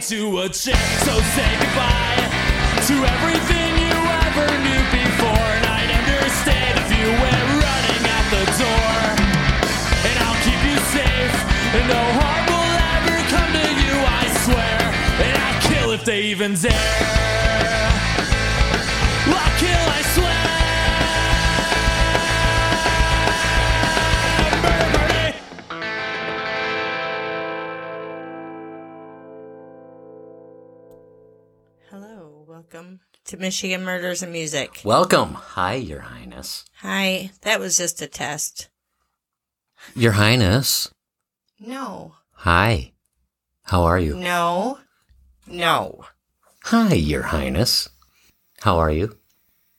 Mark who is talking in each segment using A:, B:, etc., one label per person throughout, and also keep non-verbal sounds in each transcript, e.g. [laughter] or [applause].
A: to a chick. So say goodbye to everything you ever knew before. And I'd understand if you went running out the door. And I'll keep you safe, and no harm will ever come to you, I swear. And I'll kill if they even dare. I'll kill, I swear. Murder party.
B: Hello, welcome to Michigan Murders and Music.
C: Welcome. Hi, Your Highness.
B: Hi, that was just a test.
C: Your Highness.
B: No,
C: Hi. How are you?
B: no, no.
C: Hi, Your Highness. How are you?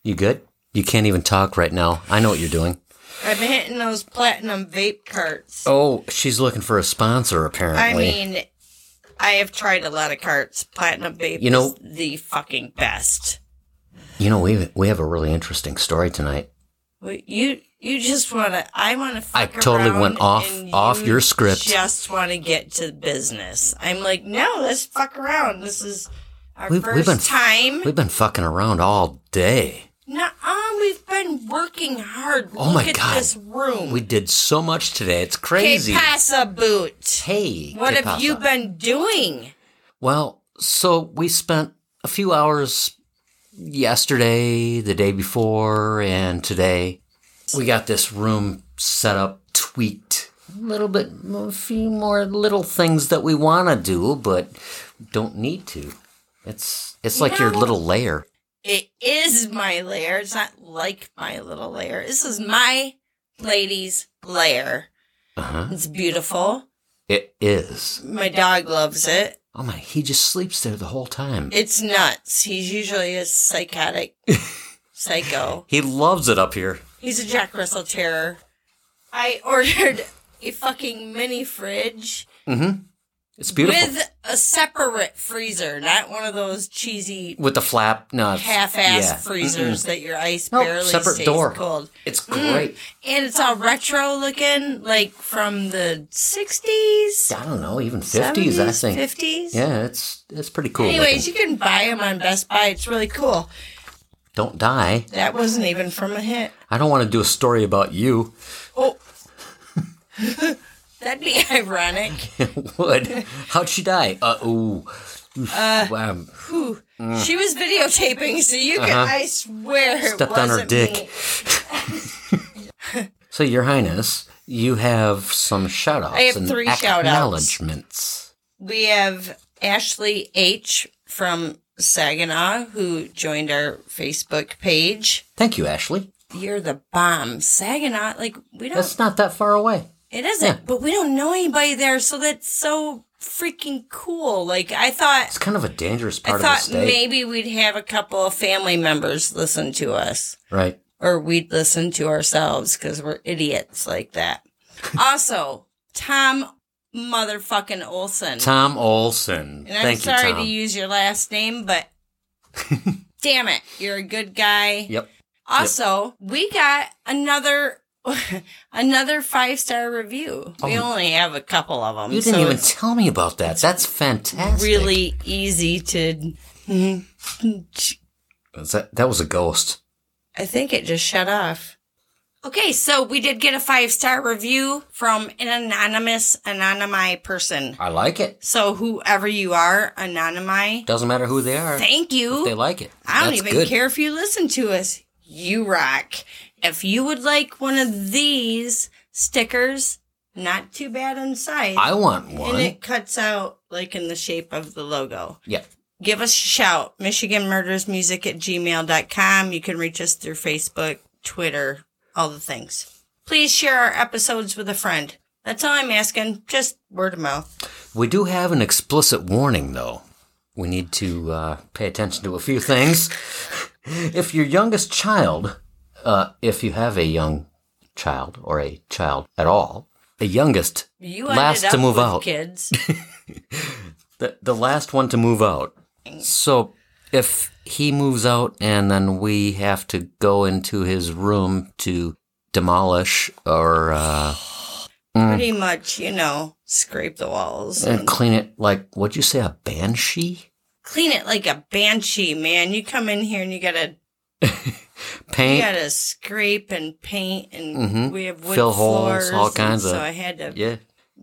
C: You good? You can't even talk right now. I know what you're doing.
B: I'm hitting those platinum vape carts.
C: Oh, she's looking for a sponsor,
B: I
C: apparently.
B: mean, I have tried a lot of carts. Platinum vape
C: You know-
B: is the fucking best.
C: you know, we we have a really interesting story tonight.
B: But you you just want to. I want to.
C: I totally went off- off your script.
B: Just want to get to business. I'm like, no, let's fuck around. This is our
C: We've,
B: 1st
C: we've been
B: time.
C: We've been fucking around all day.
B: Nuh-uh, um, we've been working hard.
C: Oh
B: Look
C: my
B: at
C: God.
B: this room.
C: We did so much today. It's crazy.
B: Que pasa, boot?
C: Hey,
B: What
C: ¿qué
B: have
C: pasa?
B: you been doing?
C: Well, so we spent a few hours yesterday, the day before, and today. We got this room set up, tweaked. A little bit, a few more little things that we want to do, but don't need to. It's it's like your
B: No.
C: little lair.
B: It is my lair. It's not like my little lair. This is my lady's lair.
C: Uh huh.
B: It's beautiful.
C: It is.
B: My dog loves it.
C: Oh my! He just sleeps there the whole time.
B: It's nuts. He's usually a
C: [laughs]
B: psychotic psycho.
C: he loves it up here.
B: He's a Jack Russell terror. I ordered a fucking mini fridge.
C: Mm-hmm. It's beautiful with,
B: With a separate freezer, not one of those cheesy
C: the flap. No, it's-
B: half ass
C: yeah.
B: freezers that your ice
C: Nope,
B: barely
C: separate
B: stays
C: door.
B: cold.
C: It's great.
B: And it's all retro looking, like from the sixties,
C: I don't know, even fifties.
B: seventies,
C: I think.
B: fifties.
C: Yeah, it's it's pretty cool.
B: Anyways,
C: looking.
B: you can buy them on Best Buy. It's really cool.
C: don't die.
B: That wasn't even from a hit.
C: I don't want to do a story about you. [laughs]
B: Oh, [laughs] that'd be [laughs] ironic.
C: Would how'd she die? Uh ooh. Oof,
B: Uh,
C: wow.
B: Whew.
C: Mm.
B: She was videotaping, so you can. I swear, it
C: Uh-huh. Stepped on
B: wasn't
C: her dick.
B: me.
C: [laughs] So, Your Highness, you have some shout outs.
B: I have three
C: and
B: shout-outs.
C: Acknowledgements.
B: We have Ashley H from Saginaw who joined our Facebook page.
C: Thank you, Ashley.
B: You're the bomb. Saginaw, like we don't
C: That's not that far away.
B: it isn't,
C: yeah.
B: but we don't know anybody there, so that's so freaking cool. Like I thought
C: It's kind of a dangerous
B: I
C: part of the
B: thought
C: state.
B: maybe we'd have a couple of family members listen to us.
C: Right.
B: or we'd listen to ourselves because we're idiots like
C: [laughs]
B: that. also, Tom motherfucking Olson.
C: Tom Olson.
B: and I'm
C: Thank
B: sorry
C: you, Tom.
B: to use your last name, but
C: [laughs]
B: damn it, you're a good guy.
C: Yep.
B: Also, we got another [laughs] another five star review. We only have a couple of them.
C: Oh. You didn't
B: so
C: even
B: it's
C: tell me about that. That's fantastic.
B: really easy to.
C: Was That, that was a ghost.
B: I think it just shut off. Okay, so we did get a five star review from an anonymous anonymi person.
C: I like it.
B: So whoever you are, anonymi,
C: Doesn't matter who they are.
B: thank you.
C: They like it.
B: I don't
C: That's
B: even
C: good.
B: care if you listen to us. You rock. If you would like one of these stickers, not too bad on size.
C: I want one.
B: and it cuts out like in the shape of the logo.
C: yeah.
B: give us a shout. Michigan Murders Music at gmail.com. You can reach us through Facebook, Twitter, all the things. Please share our episodes with a friend. That's all I'm asking. Just word of mouth.
C: We do have an explicit warning, though. We need to uh, pay attention to a few things. [laughs] if your youngest child, uh, if you have a young child or a child at all, the youngest,
B: You
C: Last
B: ended up
C: to move
B: with
C: out. [laughs]
B: kids.
C: the, the last one to move out. So if he moves out and then we have to go into his room to demolish or uh,
B: We're pretty much, you know, scrape the walls.
C: and clean it like what'd you say a banshee
B: Clean it like a banshee, man. You come in here and you gotta you
C: paint?
B: gotta scrape and paint and
C: Mhm.
B: we have wood
C: Fill holes,
B: floors,
C: all
B: and
C: kinds of-
B: So I had to
C: yeah,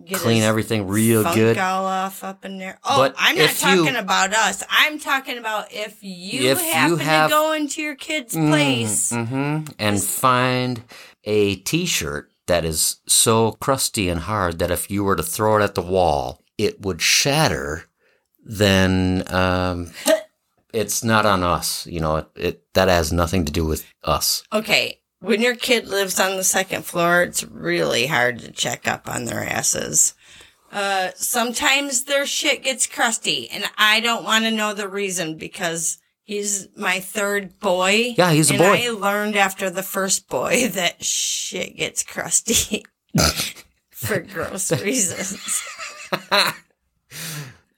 B: get
C: clean
B: his
C: everything real
B: funk
C: good.
B: all off up in there. Oh,
C: But
B: I'm not
C: if you-
B: talking about us. I'm talking about if you
C: If you
B: happen
C: have-
B: to go into your kid's place.
C: Mm, Mm-hmm. And find a T-shirt that is so crusty and hard that if you were to throw it at the wall, it would shatter. Then
B: [laughs]
C: um, it's not on us. You know, it, it that has nothing to do with
B: [laughs]
C: us.
B: Okay. When your kid lives on the second floor, it's really hard to check up on their asses. Uh, sometimes their shit gets crusty, and I don't want to know the reason because he's my third boy.
C: Yeah, he's a
B: and
C: boy.
B: I learned after the first boy [laughs] that shit gets crusty [laughs] for
C: [laughs]
B: gross reasons.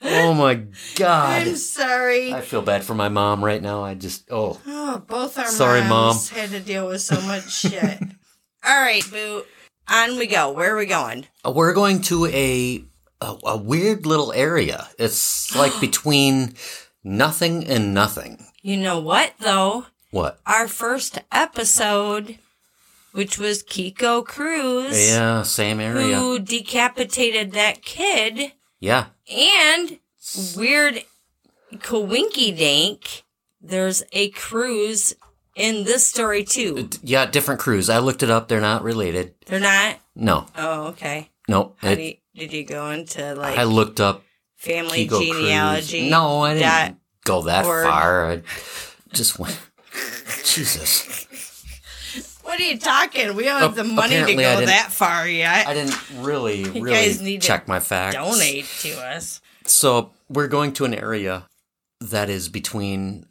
C: Oh my
B: I'm
C: god!
B: sorry.
C: I feel bad for my mom right now. I just oh
B: Oh, both our
C: Sorry,
B: moms had to deal with so much shit. [laughs] All right, boo. On we go. Where are we going?
C: Uh, We're going to a, a a weird little area. It's
B: [gasps]
C: like between nothing and nothing.
B: You know what, though?
C: What?
B: Our first episode, which was Kiko Cruz,
C: Yeah, same area.
B: who decapitated that kid,
C: Yeah.
B: and weird Kawinky Dank, there's a Cruz in this story, too.
C: D- Yeah, different crews. I looked it up. They're not related.
B: They're not?
C: No.
B: Oh, okay.
C: No.
B: How
C: It-
B: do you, did you go into, like,
C: I looked up
B: family
C: Kiko
B: genealogy?
C: Cruz. No, I didn't
B: dot-
C: go that
B: org.
C: far. I just went. [laughs] Jesus.
B: What are you talking? We don't have the money to
C: Apparently I
B: go
C: didn't-
B: that far yet.
C: I didn't really, really
B: guys need to
C: check my facts.
B: Donate to us.
C: So we're going to an area that is between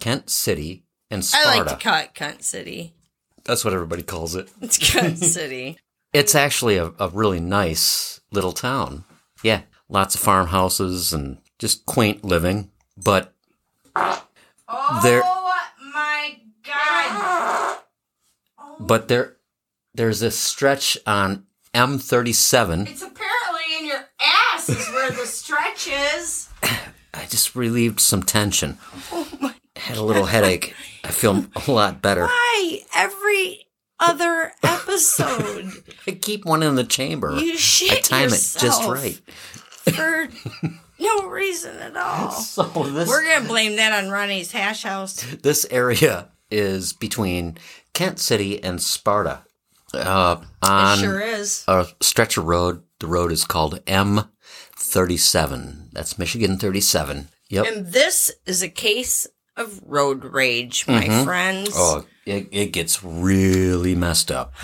C: Kent City and Sparta.
B: I like to call it Cunt City. [laughs]
C: That's what everybody calls it.
B: It's
C: [laughs]
B: Cunt City.
C: It's actually a, a really nice little town. Yeah, lots of farmhouses and just quaint living. But there,
B: Oh my God.
C: but there, there's this stretch on M37.
B: It's apparently in your ass is where the stretch is.
C: I just relieved some tension.
B: Oh
C: Had a little headache. I feel a lot better.
B: Why? Every other
C: [laughs]
B: episode.
C: I keep one in the chamber.
B: You shit
C: I time it just
B: yourself.
C: right. [laughs]
B: for no reason at all.
C: So [laughs] this
B: We're going to blame that on Ronnie's hash house.
C: this area is between Kent City and Sparta. Uh, on
B: It sure is.
C: a stretch of road. The road is called M37. That's Michigan 37. Yep.
B: And this is a case of road rage, my friends.
C: oh, it, it gets really
B: [sighs]
C: messed up.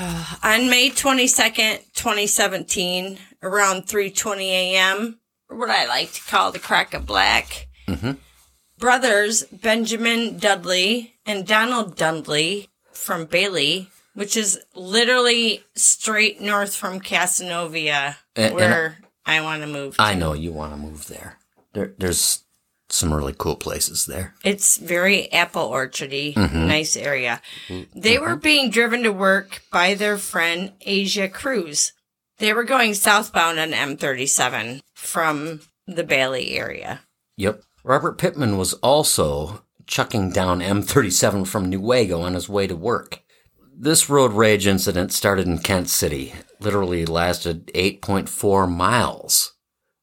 B: On May 22nd, 2017, around 3.20 a.m., what I like to call the crack of black,
C: Mm-hmm.
B: brothers Benjamin Dudley and Donald Dudley from Bailey, which is literally straight north from Casanova,
C: And- and-
B: where I want to move.
C: I know you want to move there. there. There's some really cool places there.
B: It's very apple orchardy,
C: Mm-hmm.
B: nice area. They were being driven to work by their friend Asia Cruz. They were going southbound on M37 from the Bailey area.
C: Yep. Robert Pittman was also chucking down M37 from Newego on his way to work. This road rage incident started in Kent City. Literally lasted 8.4 miles.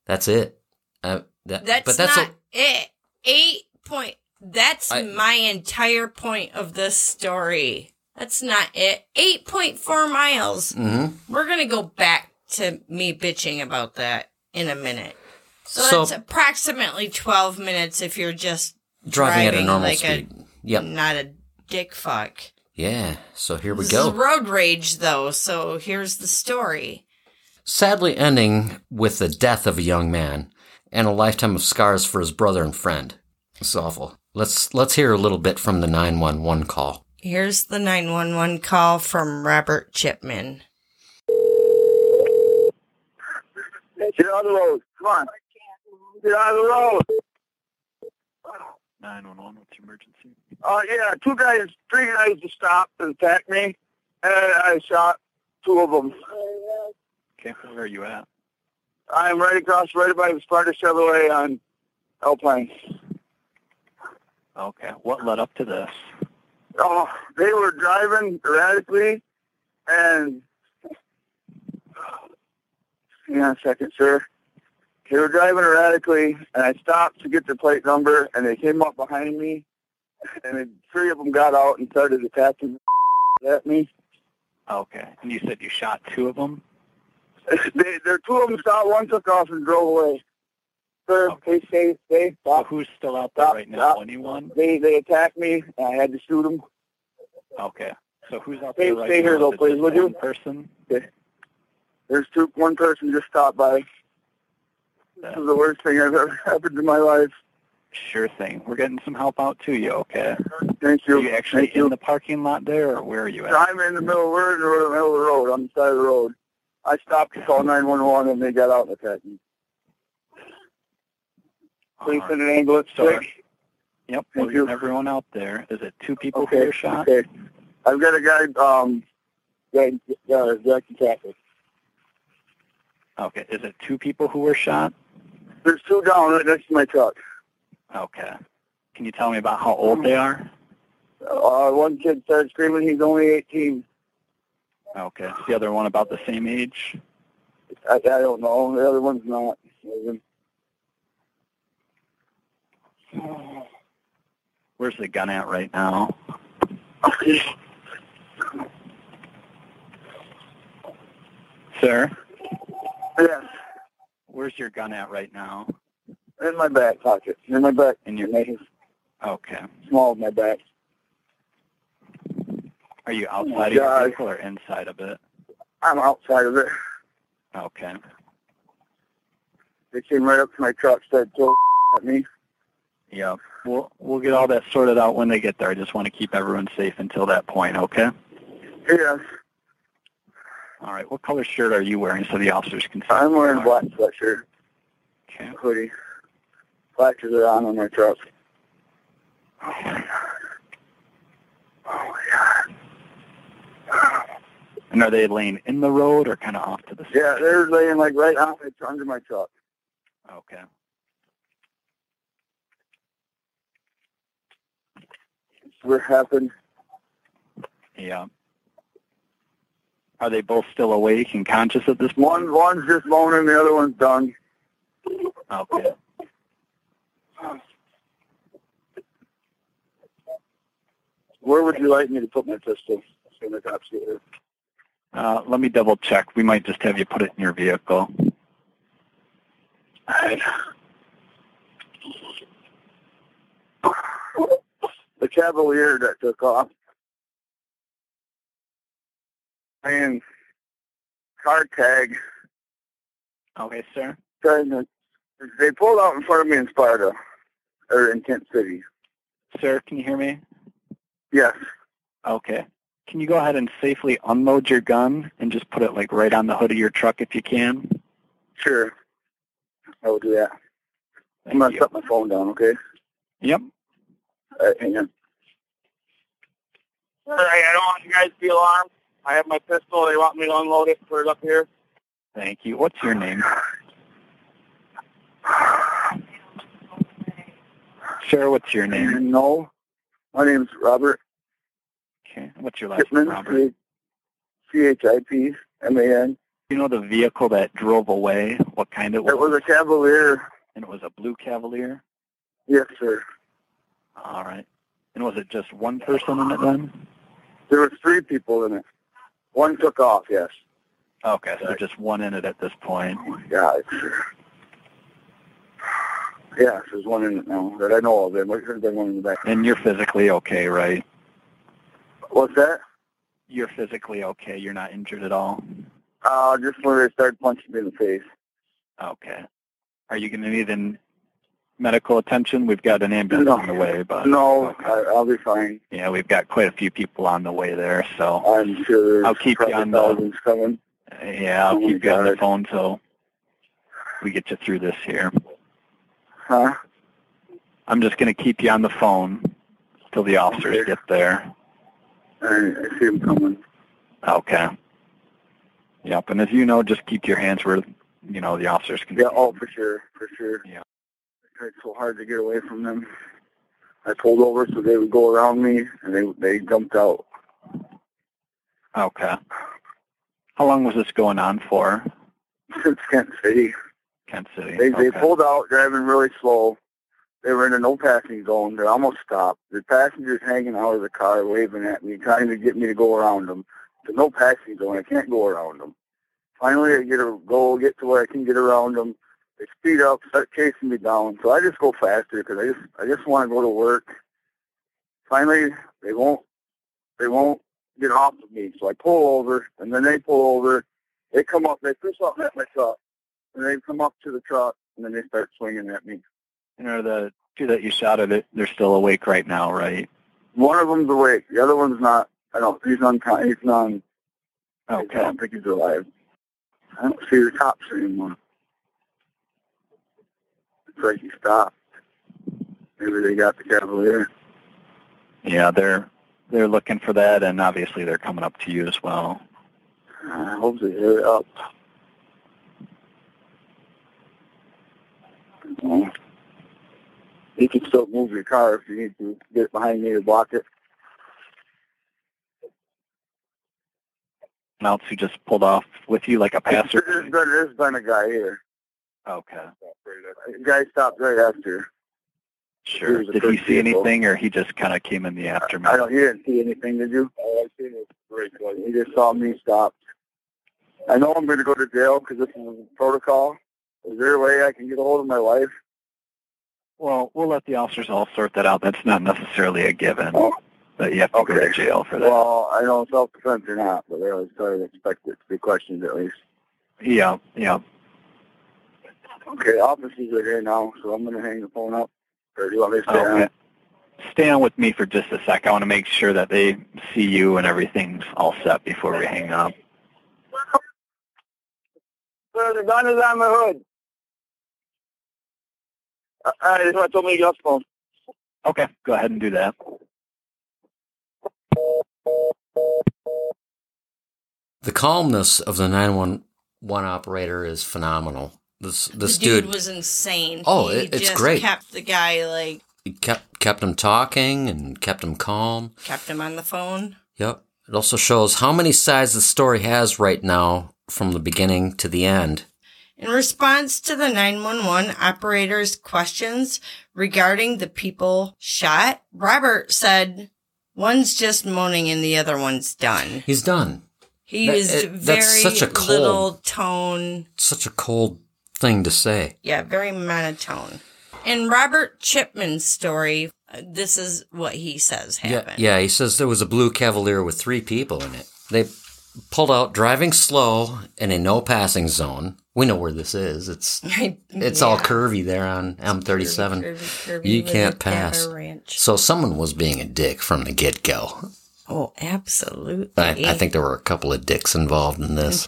C: That's it. Uh, that,
B: That's,
C: but that's
B: not
C: a,
B: it. Eight point. That's
C: I-
B: my entire point of this story. That's not it. 8.4 miles.
C: Mm-hmm.
B: We're going to go back to me bitching about that in a minute. So,
C: So-
B: that's approximately 12 minutes if you're just
C: driving, at a
B: driving
C: normal
B: like a-
C: speed. yep.
B: not a dick fuck.
C: Yeah. So here we
B: This
C: go.
B: is road rage, though, so here's the story.
C: sadly ending with the death of a young man and a lifetime of scars for his brother and friend. It's awful. Let's let's hear a little bit from the 911 call.
B: Here's the 911 call from Robert Chipman.
D: Get out of the road. Come on. Get out of the road.
E: 911, what's your emergency?
D: Uh, yeah, two guys, three guys to stop and attack me, and I shot two of them.
E: Tampa, where are you at?
D: I'm right across, right by Sparta Chevrolet on Alpine.
E: Okay. What led up to this?
D: Oh, they were driving erratically, and hang on a second, sir. They were driving erratically, and I stopped to get their plate number, and they came up behind me, and then three of them got out and started attacking [laughs] at me.
E: Okay. And you said you shot two of them?
D: They, there two of them stopped, one took off and drove away. Sir, please stay, stay,
E: So
D: stop.
E: who's still out there
D: Stop,
E: right now?
D: stop.
E: Anyone?
D: They they attacked me. And I had to shoot them.
E: Okay. So who's out
D: Stay-
E: there right
D: stay
E: now?
D: here,
E: Is
D: though,
E: it
D: please,
E: just
D: would you?
E: one person?
D: There's two. One person just stopped by. This is the worst thing I've ever [laughs] happened in my life.
E: Sure thing. We're getting some help out to you, okay?
D: Thank
E: Are
D: you.
E: you actually
D: Thank you.
E: in the parking lot there, or where are you at?
D: I'm in the middle. We're in the middle of the road on the side of the road. I stopped to call 911 and they got out and attacked me. Please
E: All right.
D: send an ambulance.
E: So
D: quick.
E: Yep,
D: Thank
E: we're
D: you.
E: getting everyone out there. Is it two people who
D: Okay.
E: were shot?
D: Okay. I've got a guy. Um, guy, uh, guy in traffic.
E: Okay. Is it two people who were shot?
D: There's two down right next to my truck.
E: Okay. Can you tell me about how old they are?
D: Uh, one kid started screaming. He's only 18.
E: Okay. Is the other one about the same age?
D: I, I don't know. The other one's not.
E: Where's the gun at right
D: [laughs]
E: now? Sir,
D: yeah,
E: where's your gun at right now?
D: in my back pocket. In my back.
E: In your-
D: my-
E: Okay.
D: small of my back.
E: Are you
D: Oh my
E: outside of your
D: God.
E: vehicle or inside of it?
D: I'm outside of it.
E: Okay.
D: They came right up to my truck, started throwing [laughs] at me.
E: Yeah. We'll we'll get all that sorted out when they get there. I just want to keep everyone safe until that point, okay?
D: Yeah,
E: All right. What color shirt are you wearing so the officers can see?
D: I'm
E: what
D: wearing a
E: you are?
D: black sweatshirt,
E: Okay.
D: hoodie. Flashes are on on my truck.
E: And are they laying in the road or kind of off to the side?
D: Yeah, they're laying like right out under my truck.
E: Okay.
D: What happened?
E: Yeah. Are they both still awake and conscious at this point?
D: One, one's just moaning, the other one's done.
E: Okay.
D: Where would you like me to put my pistol? In the cops get here.
E: Uh, let me double check. We might just have you put it in your vehicle.
D: The Cavalier that took off. And car tag.
E: Okay, sir.
D: Trying to, they pulled out in front of me in Sparta, or in Kent City.
E: Sir, can you hear me?
D: Yes.
E: Okay. Can you go ahead and safely unload your gun and just put it like right on the hood of your truck if you can?
D: Sure. I will do that. I'm
E: Thank
D: gonna
E: you.
D: shut my phone down, okay?
E: Yep.
D: All right, hang on. All right, I don't want you guys to be alarmed. I have my pistol. They want me to unload it, put it up here.
E: Thank you. What's
D: [sighs]
E: your name? Sir, what's your name?
D: No. My name's Robert
E: Okay. What's your last name,
D: Chipman.
E: Robert? Do
D: C-H-I-P-M-A-N.
E: you know the vehicle that drove away? What kind it was?
D: It was a Cavalier.
E: and it was a blue Cavalier?
D: Yes, sir.
E: All right. And was it just one person in it then?
D: There was three people in it. One took off, yes.
E: Okay, so just one in it at this point.
D: Yeah, it's, yes, there's one in it now that I know of. There might have been one in the back.
E: And you're physically okay, right?
D: What's that?
E: You're physically okay. You're not injured at all.
D: Uh, just when they started punching me in the face.
E: Okay. Are you going to need an medical attention? We've got an ambulance
D: No.
E: on the way, but
D: No,
E: Okay.
D: I, I'll be fine.
E: yeah, we've got quite a few people on the way there. So
D: I'm sure there's
E: I'll keep you
D: probably
E: on the-
D: thousands coming.
E: yeah, I'll
D: Oh,
E: keep you on the
D: God.
E: phone till we get you through this here.
D: Huh?
E: I'm just going to keep you on the phone till the officers
D: Okay.
E: get there.
D: I, I see them coming.
E: Okay. Yep. And as you know, just keep your hands where you know the officers can.
D: Yeah, oh, for sure, for sure.
E: Yeah.
D: I tried so hard to get away from them. I pulled over so they would go around me, and they they jumped out. [laughs]
E: Okay. How long was this going on for,
D: Since Kent City,
E: Kent City?
D: they they
E: Okay.
D: pulled out driving really slow. They were in a no passing zone. They almost stopped. The passengers hanging out of the car, waving at me, trying to get me to go around them. The no passing zone. I can't go around them. Finally, I get a go, get to where I can get around them. They speed up, start chasing me down. So I just go faster because I just I just want to go to work. Finally, they won't they won't get off of me. So I pull over, and then they pull over. They come up, they push off at my truck, and they come up to the truck, and then they start swinging at me.
E: You know the two that you shot at it. They're still awake right now, right?
D: One of them's awake, the other one's not. I don't. He's uncon. He's non. I
E: Okay.
D: don't think he's alive. I don't see the cops anymore. It's like he stopped. Maybe they got the Cavalier.
E: Yeah, they're they're looking for that, and obviously they're coming up to you as well.
D: I hope they hurry up. Well, You can still move your car if you need to get behind me to block it.
E: An else who just pulled off with you like a
D: [laughs] There's
E: passer.
D: been, there's been a guy here.
E: Okay.
D: The guy stopped right after.
E: Sure.
D: Here's the
E: Did he
D: first
E: see
D: vehicle.
E: anything, or he just kind of came in the
D: I
E: aftermath?
D: don't. He didn't see anything, did you? Oh, I seen his brake light. He just saw me stop. I know I'm going to go to jail because this is protocol. Is there a way I can get a hold of my wife?
E: Well, we'll let the officers all sort that out. That's not necessarily a given that you have to go to
D: Oh. Okay.
E: jail for that.
D: Well, I don't know if it's self-defense or not, but I always try to expect it to be questioned at least.
E: yeah, yeah.
D: Okay, officers are here now, so I'm going to hang the phone up. Or do you want me to stay
E: Okay.
D: on?
E: Stay on Um, with me for just a sec. I want to make sure that they see you and everything's all set before we hang up.
D: Sir, the gun is on my hood. Uh, uh, that's what I told me to get off the phone.
E: Okay, go ahead and do that.
C: The calmness of the 911 operator is phenomenal. This this
B: the dude,
C: dude
B: was insane.
C: Oh,
B: he
C: it- it's
B: just
C: great.
B: Kept the guy like
C: kept kept him talking and kept him calm.
B: kept him on the phone.
C: Yep. It also shows how many sides the story has right now from the beginning to the end.
B: In response to the 911 operator's questions regarding the people shot, Robert said, "One's just moaning and the other one's done."
C: He's done.
B: He
C: That-
B: used
C: it-
B: very
C: that's such a cold-
B: little tone.
C: Such a cold thing to say.
B: Yeah, very monotone. In Robert Chipman's story, uh, this is what he says happened.
C: Yeah, yeah, he says there was a blue Cavalier with three people in it. They pulled out driving slow in a no passing zone. We know where this is.
B: [laughs]
C: It's it's all curvy there on M37. You can't pass. So someone was being a dick from the get go.
B: Oh, absolutely.
C: I, I think there were a couple of dicks involved in this.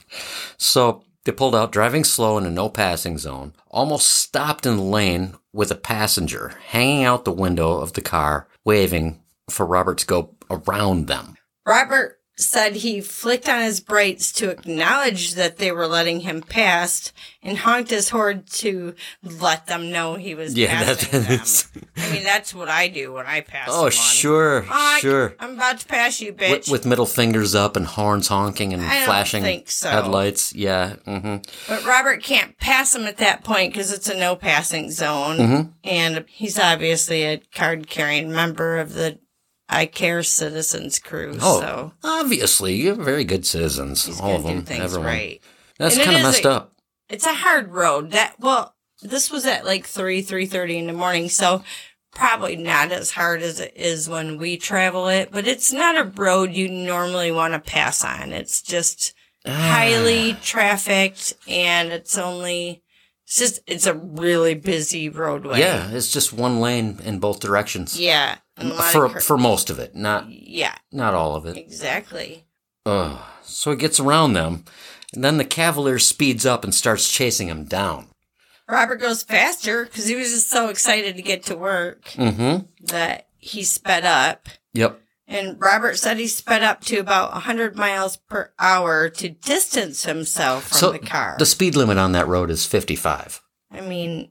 C: So they pulled out driving slow in a no passing zone, almost stopped in the lane with a passenger hanging out the window of the car, waving for Robert to go around them.
B: Robert said he flicked on his brakes to acknowledge that they were letting him pass and honked his horn to let them know he was
C: Yeah,
B: passing
C: that- that
B: them.
C: is-
B: I mean, that's what I do when I pass
C: Oh,
B: someone.
C: sure,
B: Honk,
C: sure.
B: I'm about to pass you, bitch.
C: With, with middle fingers up and horns honking and
B: I don't
C: flashing
B: think so.
C: headlights. Yeah. hmm
B: But Robert can't pass him at that point because it's a no passing zone.
C: Mm-hmm.
B: And he's obviously a card carrying member of the I Care Citizens crew.
C: Oh,
B: so
C: obviously, you're very good citizens.
B: he's going
C: all of
B: to do
C: them.
B: things
C: everyone.
B: right.
C: That's
B: And it
C: kind of
B: is
C: messed
B: a-
C: up.
B: It's a hard road. That, well, this was at like 3, 3.30 in the morning. So probably not as hard as it is when we travel it. But it's not a road you normally want to pass on. It's just highly
C: Ah.
B: trafficked and it's only it's just it's a really busy roadway.
C: Ah, Yeah, it's just one lane in both directions.
B: Yeah. and a lot of
C: for
B: cur-
C: for most of it, not
B: yeah,
C: not all of it.
B: exactly.
C: Ugh. So he gets around them, and then the Cavalier speeds up and starts chasing him down.
B: Robert goes faster because he was just so excited to get to work
C: Mm-hmm.
B: that he sped up.
C: Yep.
B: And Robert said he sped up to about 100 miles per hour to distance himself from
C: so
B: the car.
C: the speed limit on that road is 55.
B: I mean,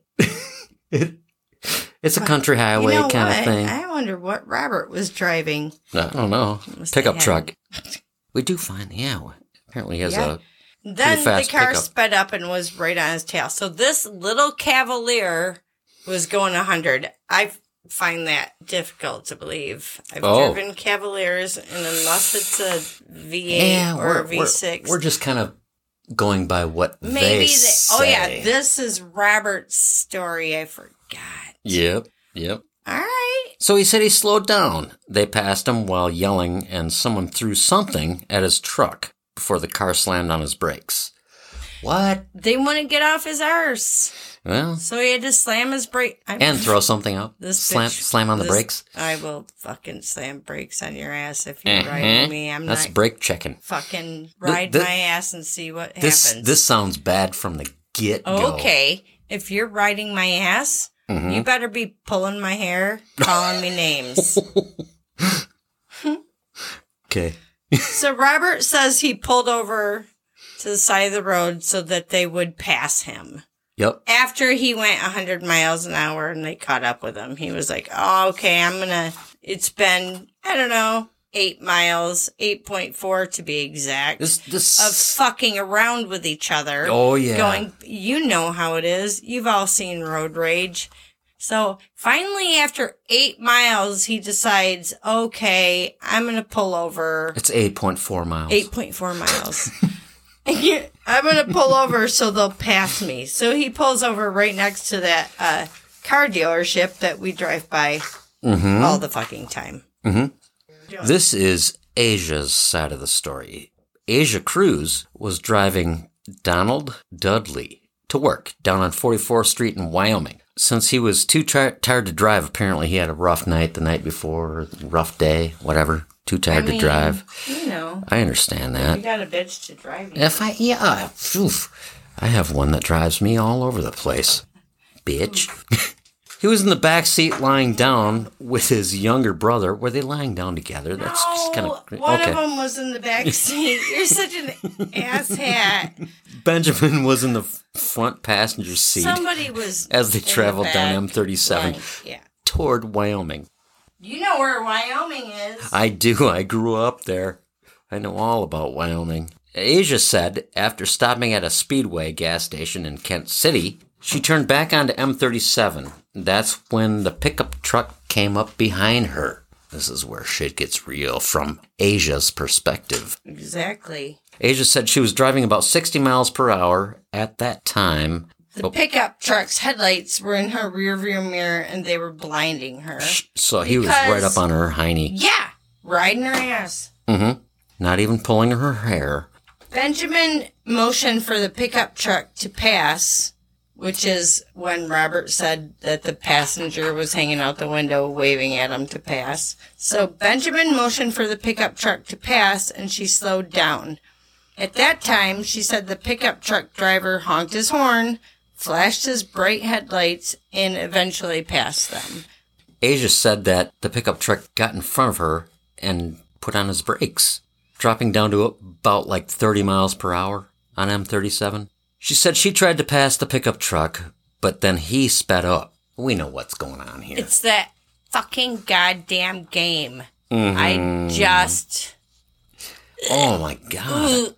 C: It's a country
B: you
C: highway
B: know
C: kind
B: what?
C: of thing.
B: I wonder what Robert was driving.
C: I don't know.
B: Must
C: Pickup
B: have had-
C: truck. We do find, yeah. Apparently, he has
B: Yeah.
C: a
B: Then the
C: fast
B: car
C: pickup.
B: sped up and was right on his tail. So this little Cavalier was going 100. I find that difficult to believe. I've
C: Oh.
B: driven Cavaliers, and unless it's a V8
C: yeah.
B: or a
C: we're, we're,
B: V6,
C: we're just kind of going by what
B: maybe.
C: they,
B: They, oh yeah,
C: say.
B: this is Robert's story. I forgot.
C: yep, yep.
B: All right.
C: So he said he slowed down. They passed him while yelling, and someone threw something at his truck before the car slammed on his brakes. What?
B: They want to get off his arse,
C: Well,
B: so he had to slam his brake. I-
C: and throw something up.
B: [laughs] This
C: slam,
B: bitch-
C: slam on the
B: this-
C: brakes.
B: I will fucking slam brakes on your ass if you
C: Mhm.
B: ride me. I'm
C: That's
B: not
C: brake checking.
B: fucking ride
C: thi-
B: my ass and see what
C: This
B: happens.
C: this sounds bad from the get go. Mm-hmm.
B: okay, if you're riding my ass, you better be pulling my hair, calling me
C: [laughs]
B: names.
C: Okay.
B: so Robert says he pulled over to the side of the road so that they would pass him.
C: Yep.
B: After he went 100 miles an hour and they caught up with him, he was like, "Oh, okay, I'm gonna." It's been I don't know eight miles, eight point four to be exact.
C: This
B: of
C: this.
B: fucking around with each other.
C: Oh, yeah.
B: Going, you know how it is. You've all seen road rage. So finally, after eight miles, he decides, okay, I'm going to pull over
C: [laughs] it's eight point four miles.
B: 8.4 miles. [laughs] I'm going to pull over so they'll pass me. So he pulls over right next to that uh, car dealership that we drive by
C: Mm-hmm.
B: all the fucking time.
C: This is Asia's side of the story. Asia Cruz was driving Donald Dudley to work down on 44th Street in Wyoming. Since he was too tri- tired to drive, apparently he had a rough night the night before, rough day, whatever. Too tired
B: I
C: to
B: mean,
C: drive.
B: You know,
C: I understand that.
B: you got a bitch to drive you.
C: If I yeah, oof. I have one that drives me all over the place, bitch. [laughs] he was in the back seat lying down with his younger brother. Were they lying down together? That's just kind
B: Oh,
C: of
B: one
C: okay.
B: of them was in the
C: [laughs]
B: back seat. You're such an asshat.
C: Benjamin was in the f- front passenger seat
B: Somebody was
C: as they
B: in the
C: traveled down
B: back,
C: M37
B: like, yeah,
C: toward Wyoming.
B: you know where Wyoming is.
C: I do. I grew up there. I know all about Wyoming. Asia said after stopping at a Speedway gas station in Kent City, she turned back onto M37. That's when the pickup truck came up behind her. This is where shit gets real from Asia's perspective.
B: exactly.
C: Asia said she was driving about 60 miles per hour at that time.
B: The pickup truck's headlights were in her rearview mirror, and they were blinding her.
C: So he was right
B: Because-
C: up on her hiney,
B: Yeah, riding her ass.
C: not even pulling her hair.
B: Benjamin motioned for the pickup truck to pass, which is when Robert said that the passenger was hanging out the window waving at him to pass. So Benjamin motioned for the pickup truck to pass and she slowed down. At that time, she said the pickup truck driver honked his horn, flashed his bright headlights, and eventually passed them.
C: Asia said that the pickup truck got in front of her and put on his brakes, dropping down to about like 30 miles per hour on M37. She said she tried to pass the pickup truck, but then he sped up. We know what's going on here.
B: It's that fucking goddamn game. I just.
C: oh my god.
B: Let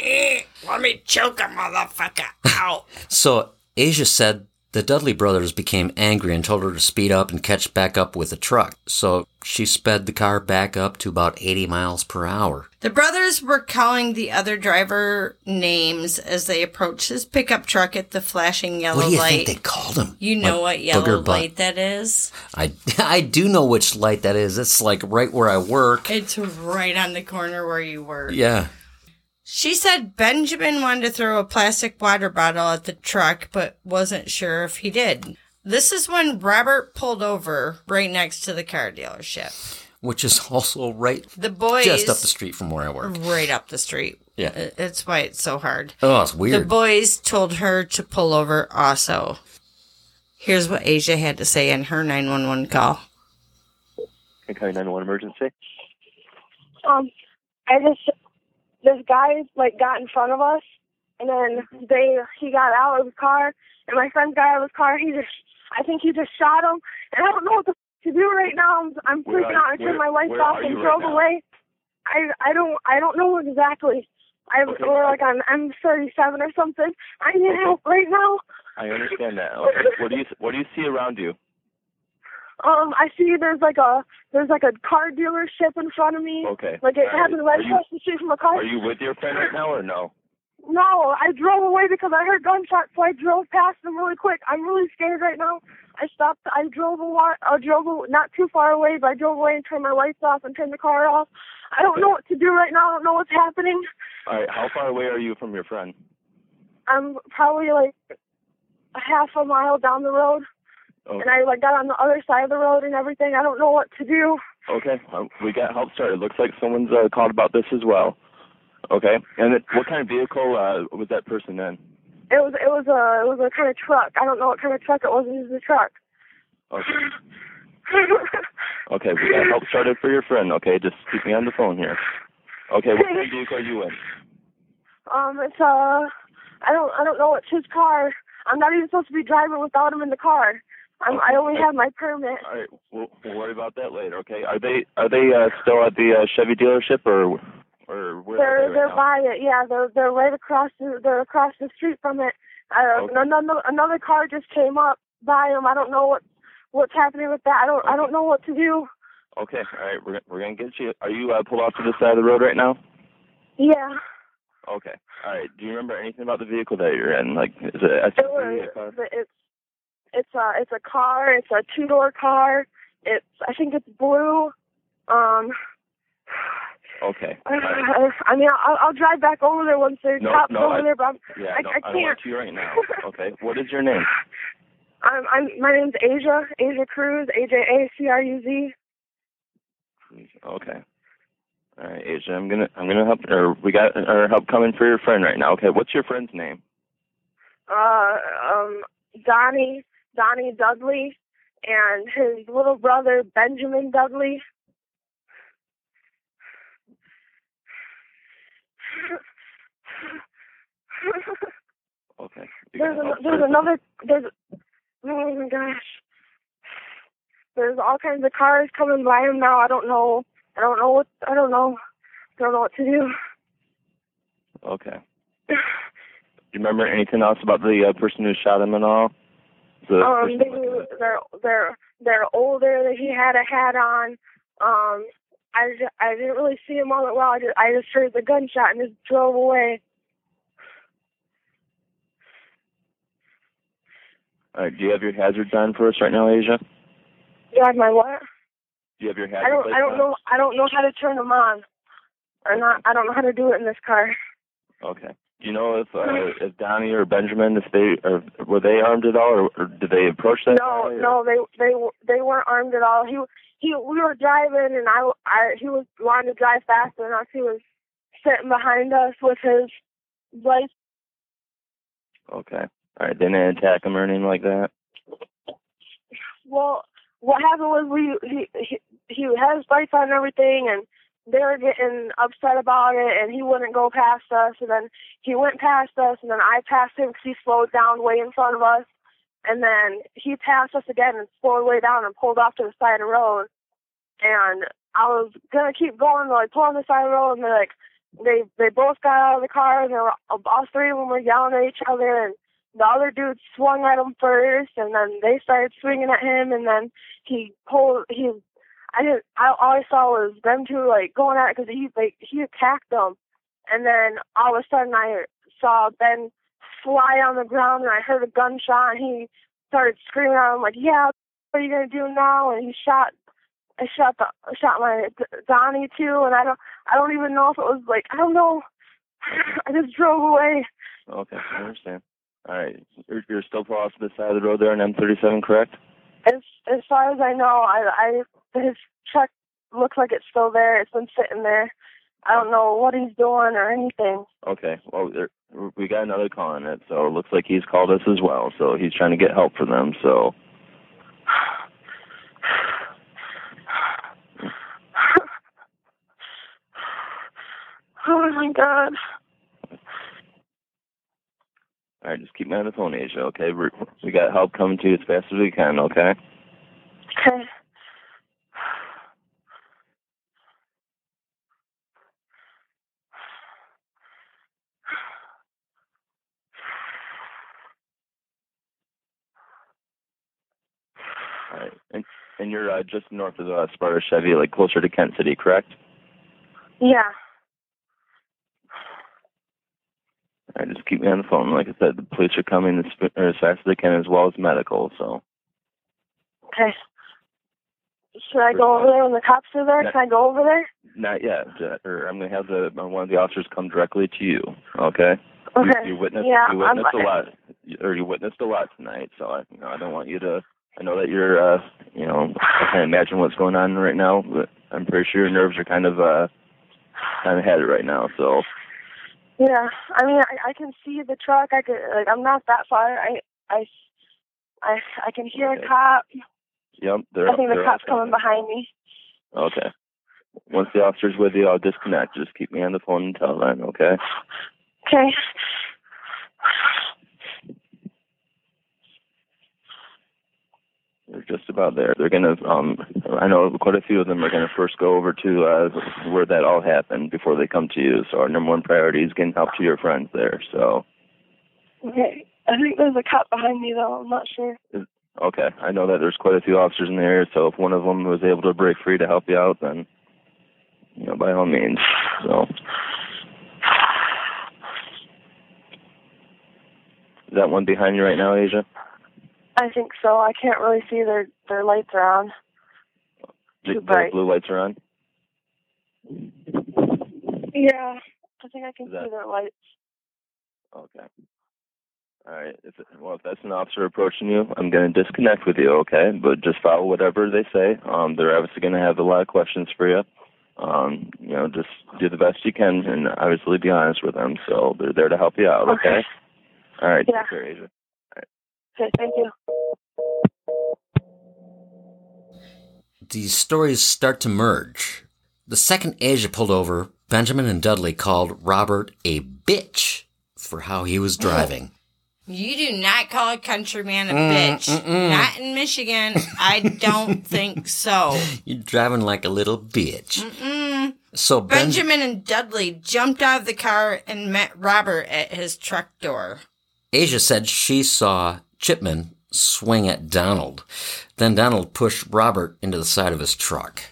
B: Eh, me choke a motherfucker out.
C: So Asia said the Dudley brothers became angry and told her to speed up and catch back up with the truck. So she sped the car back up to about 80 miles per hour.
B: The brothers were calling the other driver names as they approached his pickup truck at the flashing yellow
C: What do you
B: light.
C: think they called him?
B: you know
C: Like
B: what
C: booger
B: yellow
C: butt.
B: light that is?
C: I, [laughs] I do know which light that is. It's like right where I work.
B: It's right on the corner where you were.
C: Yeah.
B: She said Benjamin wanted to throw a plastic water bottle at the truck, but wasn't sure if he did. This is when Robert pulled over right next to the car dealership.
C: Which is also right
B: The boys
C: just up the street from where I work.
B: right up the street.
C: Yeah.
B: Uh, That's why it's so hard.
C: Oh, it's
B: The
C: weird.
B: boys told her to pull over also. Here's what Asia had to say in her 911 call.
F: Can I call you 911 emergency? Um, I just this guy like got in front of us, and then they he got out of his car, and my friend got out of his car. He just I think he just shot him, and I don't know what the f- to do right now. I'm, I'm
G: Where
F: freaking
G: are-
F: out. I
G: where-
F: turned my lights
G: where
F: off
G: are
F: and
G: you right
F: drove
G: now?
F: away. I I don't I don't know exactly. I
G: Okay.
F: we're like on M37 or something. I need
G: Okay.
F: help right now.
G: I understand
F: [laughs]
G: that. Okay. what do you What do you see around you?
F: Um, I see there's like a there's like a car dealership in front of me.
G: Okay.
F: Like
G: All
F: it
G: right.
F: happened right
G: Are you
F: across the street from a car.
G: Are you with your friend right now or no?
F: No, I drove away because I heard gunshots, so I drove past them really quick. I'm really scared right now. I stopped. I drove a lot. I drove a, not too far away, but I drove away and turned my lights off and turned the car off. I don't know what to do right now. I don't know what's happening.
G: All right. How far away are you from your friend?
F: I'm probably like a half a mile down the road,
G: Okay.
F: and I like got on the other side of the road and everything. I don't know what to do.
G: Okay, um, we got help started. Looks like someone's uh, called about this as well. Okay, and it, what kind of vehicle uh, was that person in?
F: It was it was a it was a kind of truck. I don't know what kind of truck it was. It was a truck. [laughs]
G: Okay, okay, we got help started for your friend. Okay, just keep me on the phone here. Okay, what kind of vehicle are you in?
F: Um, it's uh, I don't, I don't know. It's his car. I'm not even supposed to be driving without him in the car. I'm, I only have my permit.
G: All right, we'll, we'll worry about that later. Okay, are they are they uh, still at the uh, Chevy dealership or or where
F: They're,
G: are they
F: they're
G: right now?
F: by it. Yeah, they're, they're right across, the, they're across the street from it. Uh,
G: Okay.
F: another, another car just came up by him. I don't know what, what's happening with that. I don't, I don't know what to do.
G: Okay, all right, we're we're gonna get you. Are you uh, pulled off to the side of the road right now?
F: Yeah.
G: Okay, all right. Do you remember anything about the vehicle that you're in? Like, is it
F: It
G: SUV? a car?
F: was, it's, it's a, it's a car. It's a two door car. It's, I think it's blue. Um,
G: Okay.
F: Uh,
G: all right.
F: [sighs] I mean, I'll, I'll drive back over there once there's
G: No,
F: cops
G: no,
F: over
G: I-
F: there, but I'm,
G: Yeah,
F: I-
G: no,
F: I
G: I don't want
F: can't.
G: you right
F: [laughs]
G: now. Okay. What is your name?
F: I'm, I'm, my name's Asia, Asia Cruz, A J A C R U Z.
G: Okay. All right, Asia. I'm gonna I'm gonna help. Or we got our help coming for your friend right now. Okay. What's your friend's name?
F: Uh, um, Donnie, Donnie Dudley, and his little brother Benjamin Dudley.
G: Okay. we got
F: there's an,
G: help
F: there's
G: for-
F: another there's oh my gosh there's all kinds of cars coming by him now i don't know i don't know what i don't know i don't know what to do
G: Okay.
F: [laughs]
G: Do you remember anything else about the uh, person who shot him and all? The
F: um
G: person
F: they
G: with the-
F: were, they're they're they're older he had a hat on um i ju- i didn't really see him all that well i just i just heard the gunshot and just drove away
G: All right. Do you have your hazards on for us right now, Asia? Do
F: god my what
G: you have your hazards?
F: i don't i don't know i don't know how to turn them on or not i don't know how to do it in this car
G: Okay. Do you know if uh, if Donnie or Benjamin, if they or were they armed at all, or, or did they approach that?
F: No,
G: guy, or-
F: no, they they w- they weren't armed at all. He he, we were driving, and I, I he was wanting to drive faster than us. He was sitting behind us with his lights.
G: Okay. All right. They didn't attack him or anything like that.
F: Well, what happened was we he he, he had his lights on and everything, and they were getting upset about it, and he wouldn't go past us. And then he went past us, and then I passed him because he slowed down way in front of us. And then he passed us again and slowed way down and pulled off to the side of the road. And I was gonna keep going, like pull on the side of the road, and they like they they both got out of the car, and they were all three of them were yelling at each other, and the other dude swung at him first, and then they started swinging at him, and then he pulled he. I didn't. I all I saw was them two like going at it because he like he attacked them, and then all of a sudden I saw Ben fly on the ground, and I heard a gunshot, and he started screaming at him like, "Yeah, what are you gonna do now?" And he shot. I shot the shot my Donnie too, and I don't. I don't even know if it was like I don't know. [sighs] I just drove away.
G: Okay, I understand. All right, you're, you're still pulled off to the side of the road there on M37, correct?
F: As as far as I know, I I his truck looks like it's still there. It's been sitting there. I don't know what he's doing or anything. [sighs]
G: Okay. Well, there, we got another call on it, so it looks like he's called us as well. So he's trying to get help for them. So
F: Oh my god.
G: All right, just keep me on the phone, Asia. Okay, We're, we got help coming to you as fast as we can. Okay.
F: Okay.
G: All right. And and you're uh, just north of uh, Sparta Chevy, like closer to Kent City, correct?
F: Yeah.
G: All right, just keep me on the phone. Like I said, the police are coming as, fa- or as fast as they can, as well as medical. So
F: Okay. Should I go over there when the cops are there? Can I go over there?
G: not yet. uh, Or I'm gonna have the one of the officers come directly to you. Okay.
F: Okay.
G: You, you witnessed
F: yeah,
G: you witnessed
F: I'm,
G: a lot, or you witnessed a lot tonight. So I, you know, I don't want you to. I know that you're, uh, you know, I can't imagine what's going on right now. But I'm pretty sure your nerves are kind of, uh, kind of had it right now. So
F: Yeah, I mean, I, I can see the truck. I could like, I'm not that far. I, I, I, I can hear
G: Okay.
F: a cop.
G: Yep, they're.
F: I think the
G: they're
F: cop's
G: all
F: coming behind me.
G: Okay. Once the officer's with you, I'll disconnect. Just keep me on the phone until then, okay?
F: Okay.
G: They're just about there. They're gonna. Um, I know quite a few of them are gonna first go over to uh, where that all happened before they come to you. So our number one priority is getting help to your friends there. So
F: Okay. I think there's a cop behind me though. I'm not sure.
G: okay, I know that there's quite a few officers in the area. So if one of them was able to break free to help you out, then you know by all means. So is that one behind you right now, Asia?
F: I think so. I can't really see their their lights are on.
G: The- the
F: Too bright.
G: blue lights are on.
F: Yeah. I think I can
G: Is that-
F: see their lights.
G: Okay. All right. If, well, if that's an officer approaching you, I'm going to disconnect with you, okay? But just follow whatever they say. Um, they're obviously going to have a lot of questions for you. Um, you know, just do the best you can and obviously be honest with them. So they're there to help you out, okay?
F: Okay.
G: All right.
F: Yeah.
G: Take care, Asia.
F: Okay. Thank you.
C: These stories start to merge. The second Asia pulled over, Benjamin and Dudley called Robert a bitch for how he was driving.
B: You do not call a countryman a
C: Mm,
B: bitch.
C: mm-mm.
B: Not in Michigan. I don't
C: [laughs]
B: think so.
C: You're driving like a little bitch.
B: Mm-mm.
C: So Ben-
B: Benjamin and Dudley jumped out of the car and met Robert at his truck door.
C: Asia said she saw Chipman swing at Donald. Then Donald pushed Robert into the side of his truck.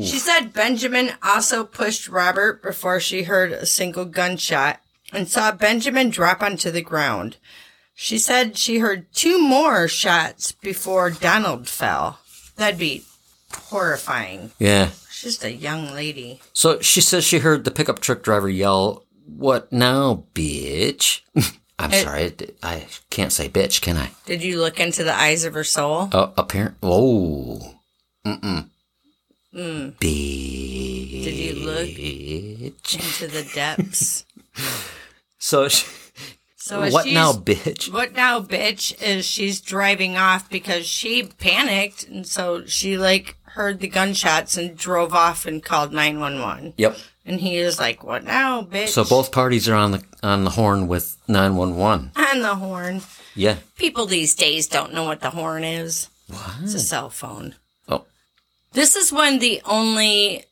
B: She said Benjamin also pushed Robert before she heard a single gunshot and saw Benjamin drop onto the ground. She said she heard two more shots before Donald fell. That'd be horrifying.
C: Yeah.
B: She's just a young lady.
C: So she says she heard the pickup truck driver yell, What now, bitch? [laughs] I'm
B: It-
C: sorry, I- I can't say bitch, can I?
B: Did you look into the eyes of her soul?
C: Uh, apparent. Oh. Mm-mm.
B: Mm,
C: Bitch.
B: Did you look? into the depths.
C: So she,
B: So as
C: what
B: she's-
C: now, bitch?
B: What now, bitch, is she's driving off because she panicked and so she like heard the gunshots and drove off and called 911.
C: Yep.
B: And he is like, "What now, bitch?"
C: So both parties are on the on the horn with 911.
B: on the horn.
C: Yeah.
B: People these days don't know what the horn is. It's a cell phone.
C: Oh.
B: This is when the only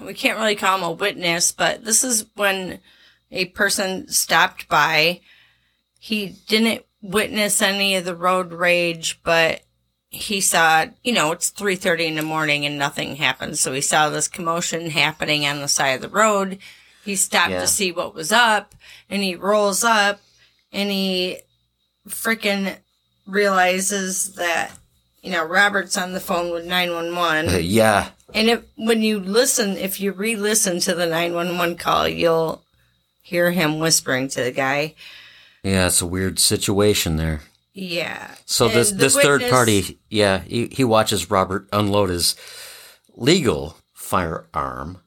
B: we can't really call him a witness, but this is when a person stopped by. He didn't witness any of the road rage, but he saw, you know, it's 3:30 in the morning and nothing happened. So he saw this commotion happening on the side of the road. He stopped
C: Yeah.
B: to see what was up and he rolls up and he freaking realizes that you know, Robert's on the phone with 911.
C: Uh, yeah.
B: And if, when you listen, if you re listen to the 911 call, you'll hear him whispering to the guy.
C: Yeah, it's a weird situation there.
B: Yeah.
C: So this
B: And the
C: this third
B: witness-
C: party, yeah, he, he watches Robert unload his legal firearm.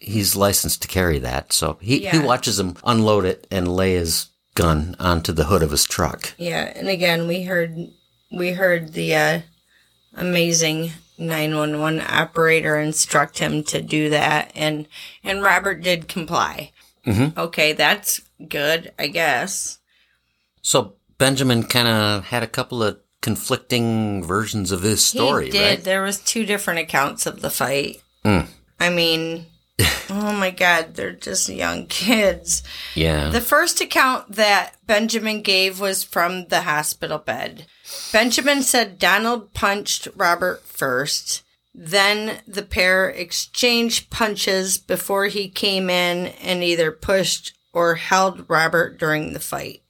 C: He's licensed to carry that, so he, he
B: Yeah.
C: watches him unload it and lay his gun onto the hood of his truck.
B: Yeah. And again, we heard, we heard the uh, amazing 911 operator instruct him to do that. And, and Robert did comply.
C: Mhm.
B: Okay, that's good, I guess.
C: So Benjamin kind of had a couple of conflicting versions of his story,
B: he did.
C: right?
B: There was two different accounts of the fight.
C: Mm.
B: I
C: [laughs]
B: mean, oh my God, they're just young kids.
C: Yeah.
B: The first account that Benjamin gave was from the hospital bed. Benjamin said Donald punched Robert first. Then the pair exchanged punches before he came in and either pushed or held Robert during the fight.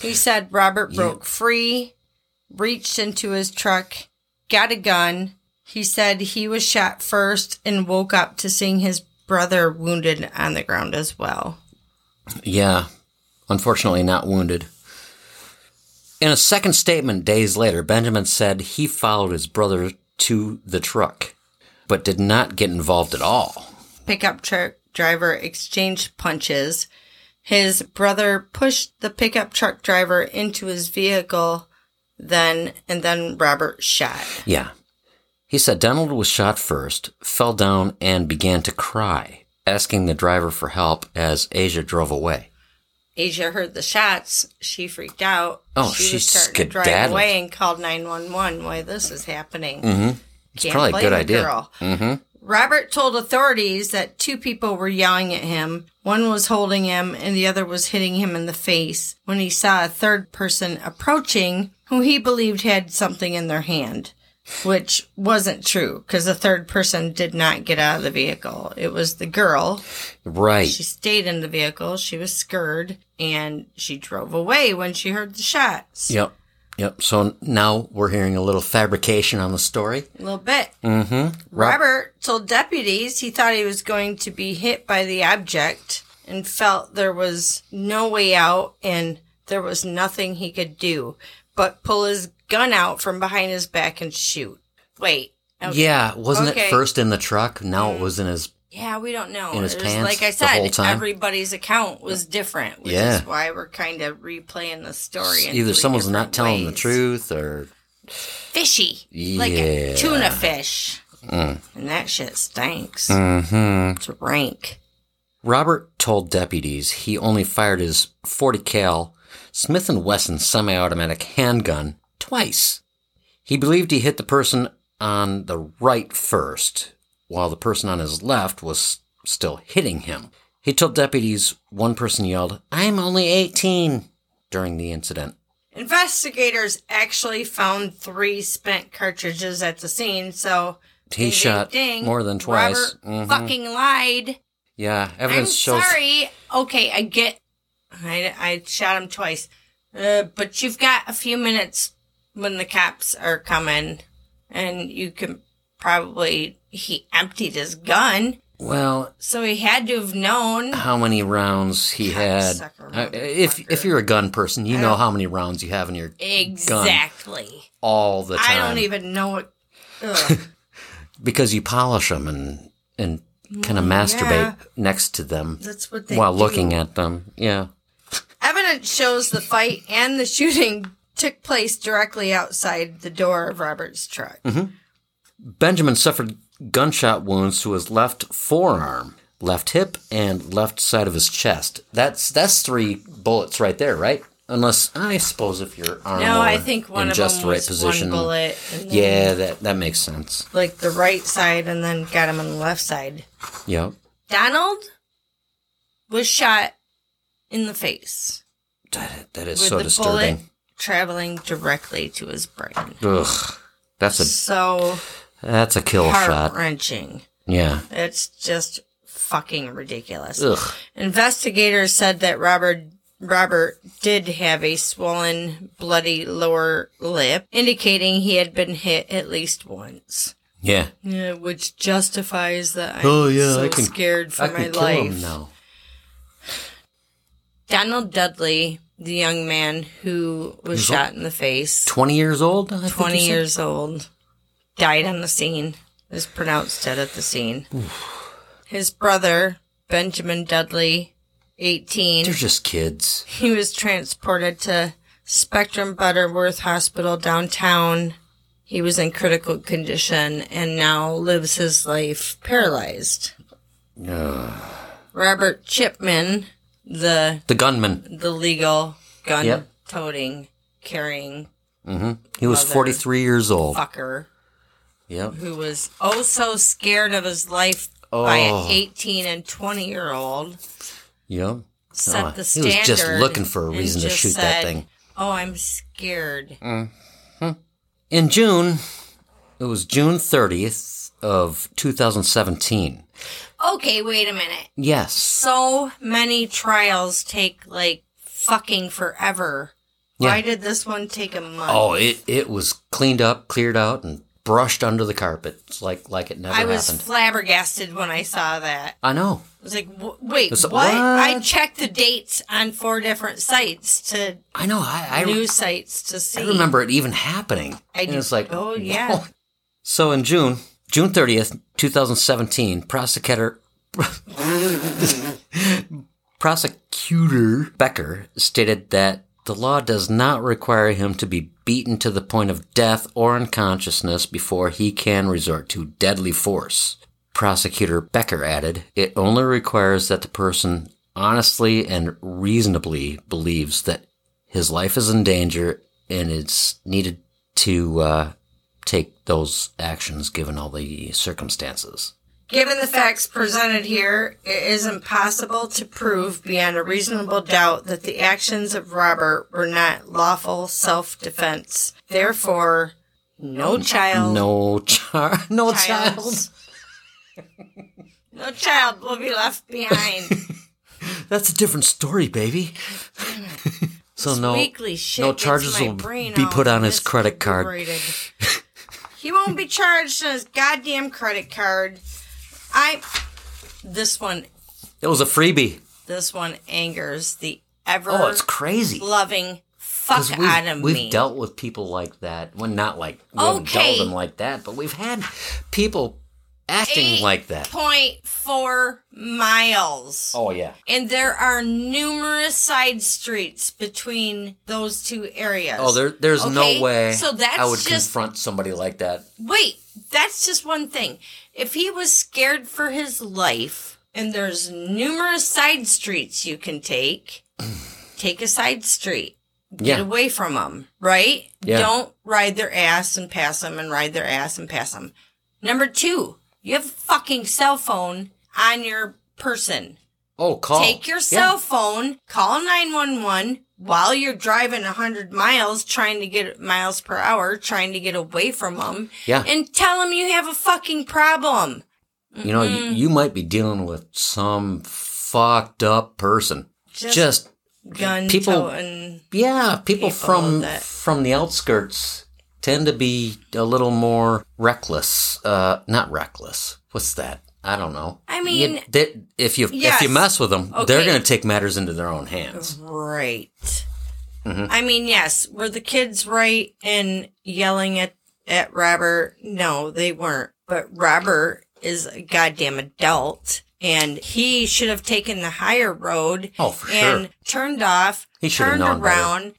B: He said Robert broke free, reached into his truck, got a gun. He said he was shot first and woke up to seeing his brother wounded on the ground as well.
C: Yeah. Unfortunately, not wounded. In a second statement days later, Benjamin said he followed his brother to the truck, but did not get involved at all.
B: pickup truck driver exchanged punches. His brother pushed the pickup truck driver into his vehicle, then and then Robert shot.
C: Yeah. He said Donald was shot first, fell down, and began to cry, asking the driver for help as Asia drove away.
B: Asia heard the shots. She freaked out.
C: Oh,
B: she
C: she
B: was starting to drive
C: skedaddled.
B: away and called 911 while this is happening.
C: Mm-hmm. It's
B: Can't
C: probably a
B: blame
C: good
B: the
C: idea.
B: girl.
C: Mm-hmm.
B: Robert told authorities that two people were yelling at him. One was holding him and the other was hitting him in the face when he saw a third person approaching who he believed had something in their hand, which wasn't true because the third person did not get out of the vehicle. It was the girl.
C: Right.
B: She stayed in the vehicle. She was scared and she drove away when she heard the shots.
C: Yep. Yep. So now we're hearing a little fabrication on the story.
B: A little bit.
C: Mm-hmm.
B: Robert told deputies he thought he was going to be hit by the object and felt there was no way out and there was nothing he could do but pull his gun out from behind his back and shoot. Wait. Oh, okay.
C: Yeah, wasn't
B: Okay.
C: it first in the truck? Now it was in his.
B: Yeah, we don't know.
C: In his
B: There's-
C: pants
B: like I
C: the
B: said,
C: whole time?
B: everybody's account was different, which
C: Yeah.
B: is why we're kind of replaying the story. in
C: Either
B: three
C: someone's not
B: different
C: telling the
B: ways.
C: truth, or
B: Fishy. Like
C: Yeah. Mm.
B: a tuna fish. And that shit stinks. It's rank.
C: Robert told deputies he only fired his 40 cal Smith & Wesson semi-automatic handgun twice. He believed he hit the person on the right first, while the person on his left was still hitting him. He told deputies one person yelled, "I'm only 18" during the incident.
B: Investigators actually found three spent cartridges at the scene, so
C: He
B: ding, ding,
C: shot
B: ding,
C: more than twice.
B: Robert
C: Mhm.
B: Fucking lied.
C: Yeah,
B: I'm
C: evidence shows
B: sorry. Okay, I get. I, I shot him twice, uh, but you've got a few minutes when the cops are coming, and you can probably he emptied his gun,
C: Well,
B: so he had to have known.
C: how many rounds he had?
B: Cocksucker,
C: Uh, if if you're a gun person, you know how many rounds you have in your gun
B: Exactly.
C: all the time.
B: I don't even know what.
C: [laughs]
B: Ugh.
C: because you polish them and and kind of masturbate next to them
B: That's what they
C: while
B: do.
C: looking at them. Yeah,
B: Evidence shows the fight and the shooting took place directly outside the door of Robert's truck.
C: Mm-hmm. Benjamin suffered gunshot wounds to his left forearm, left hip, and left side of his chest. That's that's three bullets right there, right? Unless I suppose if your arm
B: No,
C: were
B: I think one
C: in
B: of
C: just
B: them
C: the right
B: was
C: position,
B: one bullet. And then,
C: Yeah, that that makes sense.
B: like the right side, and then got him on the left side.
C: Yep.
B: Donald was shot in the face
C: That, that is
B: with
C: so
B: the bullet
C: disturbing.
B: traveling directly to his brain.
C: Ugh. That's
B: So
C: a that's a kill
B: heart
C: shot.
B: wrenching.
C: Yeah.
B: It's just fucking ridiculous.
C: Ugh.
B: Investigators said that Robert Robert did have a swollen, bloody lower lip, indicating he had been hit at least once.
C: Yeah.
B: Yeah, which justifies that I'm
C: Oh, yeah,
B: so
C: I can-
B: scared for
C: I
B: my
C: can kill
B: life.
C: him now.
B: Donald Dudley, the young man who was
C: He's
B: shot in the face,
C: Twenty years old. I think you
B: 20
C: said?
B: years old, died on the scene, was pronounced dead at the scene. His brother, Benjamin Dudley, 18,
C: They're just kids.
B: He was transported to Spectrum Butterworth Hospital downtown. He was in critical condition and now lives his life paralyzed. Robert Chipman, the
C: The gunman.
B: the legal gun
C: Yep.
B: toting carrying
C: He was
B: Mother.
C: 43 years old.
B: fucker
C: Yep.
B: who was oh so scared of his life by
C: Oh.
B: an 18 and 20 year old
C: Yep.
B: set
C: Oh,
B: the
C: he
B: standard.
C: was just looking for a
B: and
C: reason to
B: just
C: shoot
B: said,
C: that thing.
B: Oh, I'm scared.
C: In June, it was June 30th of 2017.
B: Okay, wait a minute.
C: Yes.
B: So many trials take like fucking forever.
C: Yeah.
B: Why did this one take a month?
C: Oh, it, it was cleaned up, cleared out, and brushed under the carpet. It's like like it never
B: I was
C: happened.
B: flabbergasted when I saw that.
C: I know.
B: I was like, w- wait,
C: It's-
B: what?
C: what?
B: I checked the dates on four different sites to
C: I know. I, I,
B: news sites to see.
C: I remember it even happening.
B: I
C: and
B: do-
C: it's like, [laughs]
B: oh, yeah.
C: whoa. So in June, June 30th, 2017, prosecutor [laughs] prosecutor Becker stated that the law does not require him to be beaten to the point of death or unconsciousness before he can resort to deadly force. Prosecutor Becker added, it only requires that the person honestly and reasonably believes that his life is in danger and it's needed to uh, take those actions given all the circumstances.
B: Given the facts presented here, it is impossible to prove beyond a reasonable doubt that the actions of Robert were not lawful self defense. Therefore, no child.
C: No char, no
B: childs-
C: child.
B: No child will be left behind.
C: [laughs] That's a different
B: [laughs]
C: story, baby. so no,
B: Weekly shit.
C: no
B: gets
C: charges
B: my
C: will
B: brain
C: be
B: all
C: put on his credit card.
B: miscalibrated. he won't be charged on his goddamn credit card. I. This one.
C: It was a freebie.
B: This one angers the ever
C: Oh, it's crazy.
B: loving fuck
C: we've,
B: out of
C: we've
B: me.
C: dealt with people like that. Well, not like we haven't
B: Okay.
C: dealt them like that, but we've had people acting like that.
B: 8.4 miles.
C: Oh yeah.
B: And there are numerous side streets between those two areas.
C: Oh, there, there's
B: Okay,
C: no way
B: so that's
C: I would
B: just-
C: confront somebody like that.
B: Wait, that's just one thing. If he was scared for his life, and there's numerous side streets you can
C: [clears throat]
B: take, take a side street. Get
C: Yeah.
B: away from them, right?
C: Yeah.
B: Don't ride their ass and pass them and ride their ass and pass them. Number two, you have a fucking cell phone on your person.
C: Oh, call.
B: Take your
C: Yeah.
B: cell phone, call 911 while you're driving 100 miles, trying to get miles per hour, trying to get away from them,
C: Yeah.
B: and tell them you have a fucking problem.
C: You know, you, you might be dealing with some fucked up person.
B: Just
C: Just,
B: Gun
C: People-
B: toting.
C: yeah,
B: people
C: people, from
B: that-
C: from the outskirts tend to be a little more reckless. Uh, not reckless. What's that? I don't know.
B: I
C: You-
B: mean-
C: that- if you if
B: Yes.
C: you mess with them,
B: Okay.
C: they're going to take matters into their own hands.
B: Right.
C: Mm-hmm.
B: I mean, yes, were the kids right in yelling at, at Robert? No, they weren't. But Robert is a goddamn adult. And he should have taken the higher road
C: Oh, for
B: and
C: sure.
B: turned off,
C: He should have
B: turned
C: known better.
B: around,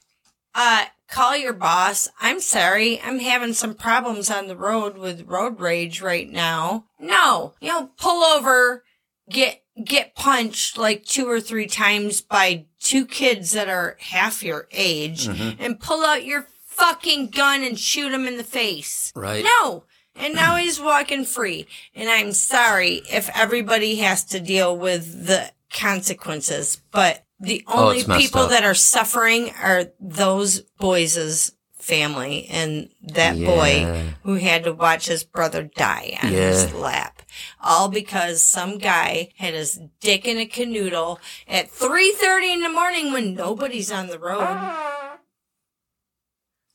B: uh, call your boss. I'm sorry, I'm having some problems on the road with road rage right now. No, you know, pull over, get get punched like two or three times by two kids that are half your age,
C: Mm-hmm.
B: and pull out your fucking gun and shoot them in the face.
C: Right.
B: No. And now he's walking free. And I'm sorry if everybody has to deal with the consequences, but the
C: Oh,
B: only
C: it's messed
B: people
C: up.
B: that are suffering are those boys' family and that
C: Yeah.
B: boy who had to watch his brother die on his
C: Yeah.
B: lap. All because some guy had his dick in a canoodle at 3.30 in the morning when nobody's on the road.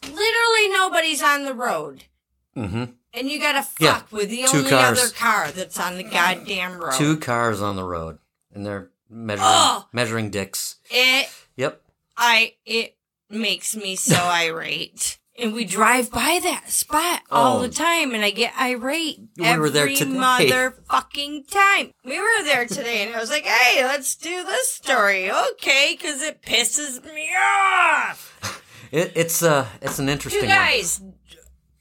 B: Literally nobody's on the road. Mm-hmm.
C: hmm
B: And you gotta fuck
C: Yeah,
B: with the
C: two
B: only
C: cars.
B: other car that's on the goddamn road.
C: Two cars on the road, and they're
B: [gasps]
C: measuring
B: Oh.
C: measuring dicks.
B: It
C: Yep.
B: I it makes me
C: [laughs]
B: so irate. And we drive by that spot all
C: Oh.
B: the time, and I get irate
C: We
B: every
C: were there today.
B: motherfucking time. We were there today, and I was like, "Hey, let's do this story, okay?" Because it pisses me off.
C: It, it's uh it's an interesting
B: You
C: one.
B: guys,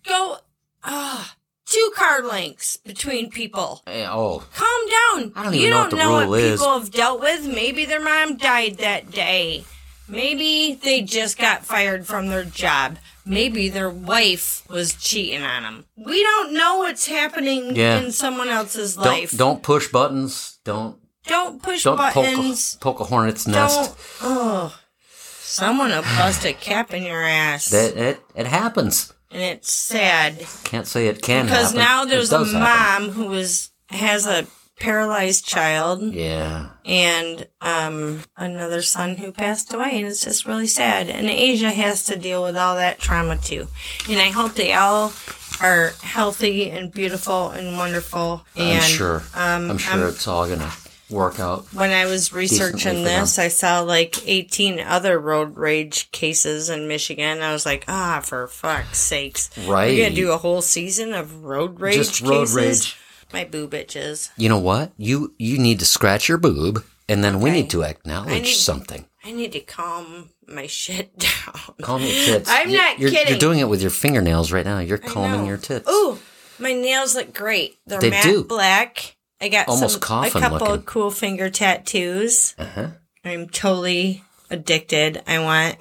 B: go. ah, two car links between people.
C: Eh, Oh,
B: Calm down.
C: I don't
B: you
C: even know
B: don't
C: what the
B: know
C: rule
B: what
C: is.
B: people have dealt with. Maybe their mom died that day. Maybe they just got fired from their job. Maybe their wife was cheating on them. We don't know what's happening
C: Yeah.
B: in someone else's
C: don't
B: life.
C: don't push buttons. Don't
B: Don't push
C: don't poke a,
B: buttons.
C: poke a hornet's
B: Don't.
C: nest.
B: Oh, someone will bust a cap in your ass,
C: That it it happens.
B: and it's sad.
C: Can't say it can
B: Because
C: happen.
B: now
C: It
B: there's a
C: does
B: mom
C: happen.
B: who is has a paralyzed child
C: Yeah.
B: and um another son who passed away and it's just really sad. And Asia has to deal with all that trauma too. And I hope they all are healthy and beautiful and wonderful and
C: I'm sure.
B: um
C: I'm sure it's all gonna work out.
B: when I was
C: for
B: researching
C: them.
B: this, I saw like 18 other road rage cases in Michigan. I was like, ah, for fuck's sakes.
C: Right.
B: You're going to do a whole season of road rage
C: Just road
B: cases?
C: rage.
B: My boo bitches.
C: You know what? You you need to scratch your boob, and then we
B: Okay.
C: need to acknowledge
B: I need-
C: something.
B: I need to calm my shit [laughs] down.
C: Calm your
B: [laughs]
C: tits.
B: I'm
C: You-
B: not
C: you're,
B: kidding.
C: You're doing it with your fingernails right now. You're
B: I
C: calming
B: know.
C: your tits.
B: Ooh, my nails look great. They're
C: They
B: matte
C: do.
B: black. I got
C: Almost
B: some, a
C: coffin
B: couple
C: looking.
B: of cool finger tattoos.
C: Uh-huh.
B: I'm totally addicted. I want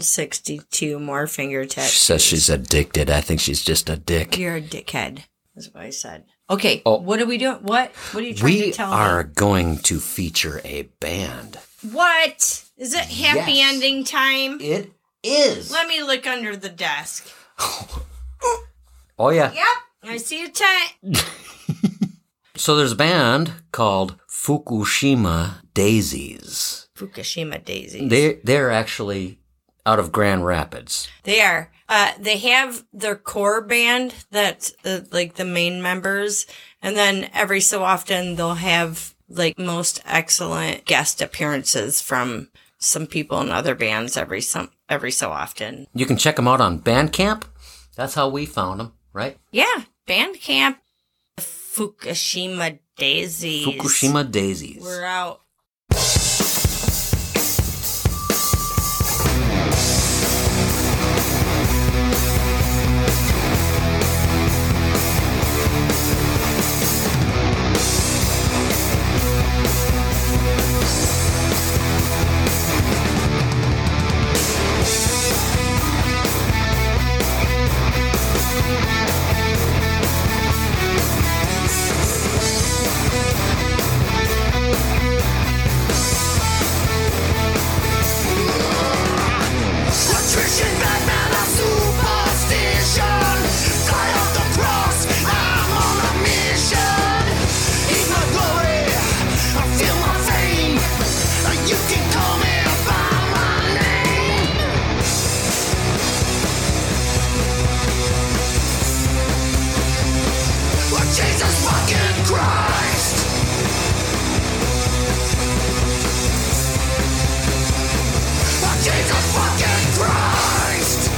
B: 862 more finger
C: She
B: tattoos.
C: says she's addicted. I think she's just a dick.
B: You're a dickhead. That's what I said. Okay.
C: Oh.
B: What are we doing? What? What are you trying to
C: We
B: tell
C: are
B: me?
C: going to feature a band.
B: What? Is it happy
C: Yes.
B: ending time?
C: It is.
B: Let me look under the desk.
C: Oh yeah.
B: Yep. I see a tent.
C: So there's a band called Fukushima Daisies.
B: Fukushima daisies.
C: They they're actually out of Grand Rapids.
B: They are. Uh, they have their core band that's uh, like the main members, and then every so often they'll have like most excellent guest appearances from some people in other bands every some every so often.
C: You can check them out on Bandcamp. That's how we found them, right?
B: Yeah, band camp, Fukushima Daisies.
C: Fukushima Daisies.
B: We're out.
H: Jesus fucking Christ! Oh, Jesus fucking Christ!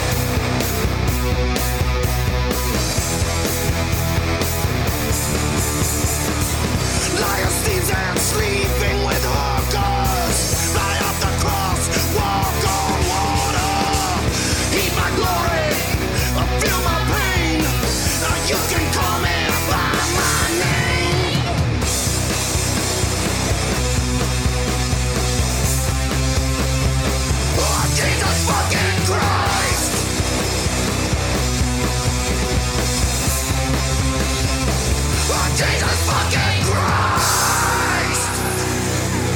H: Liars, thieves, and sleeping with hawkers. Lie up the cross, walk on water. Heed my glory, I feel my pain. Now you can call me by my name. Oh, Jesus fucking Christ! Oh, Jesus fucking Christ!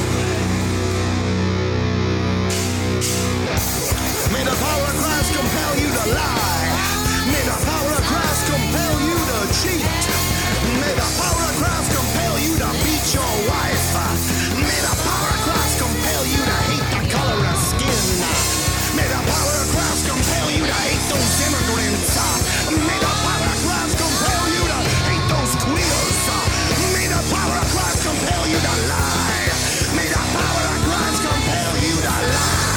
H: May the power of Christ compel you to lie. May the power of Christ compel you to cheat. May the power of Christ compel you to beat your wife. May the power of Christ compel you to hate the color of skin. May the power of Christ compel you to hate those immigrants. May the power of Christ compel you to hate those queers. May the power of Christ compel you to lie. May the power of Christ compel you to lie.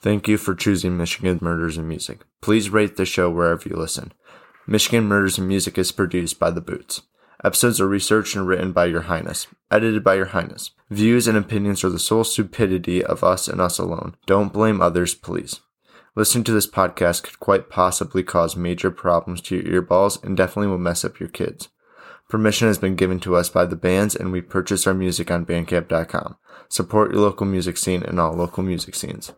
H: Thank you for choosing Michigan Murders and Music. Please rate the show wherever you listen. Michigan Murders and Music is produced by The Boots. Episodes are researched and written by Your Highness, edited by Your Highness. Views and opinions are the sole stupidity of us and us alone. Don't blame others, please. Listening to this podcast could quite possibly cause major problems to your earballs and definitely will mess up your kids. Permission has been given to us by the bands, and we purchase our music on Bandcamp.com. Support your local music scene and all local music scenes.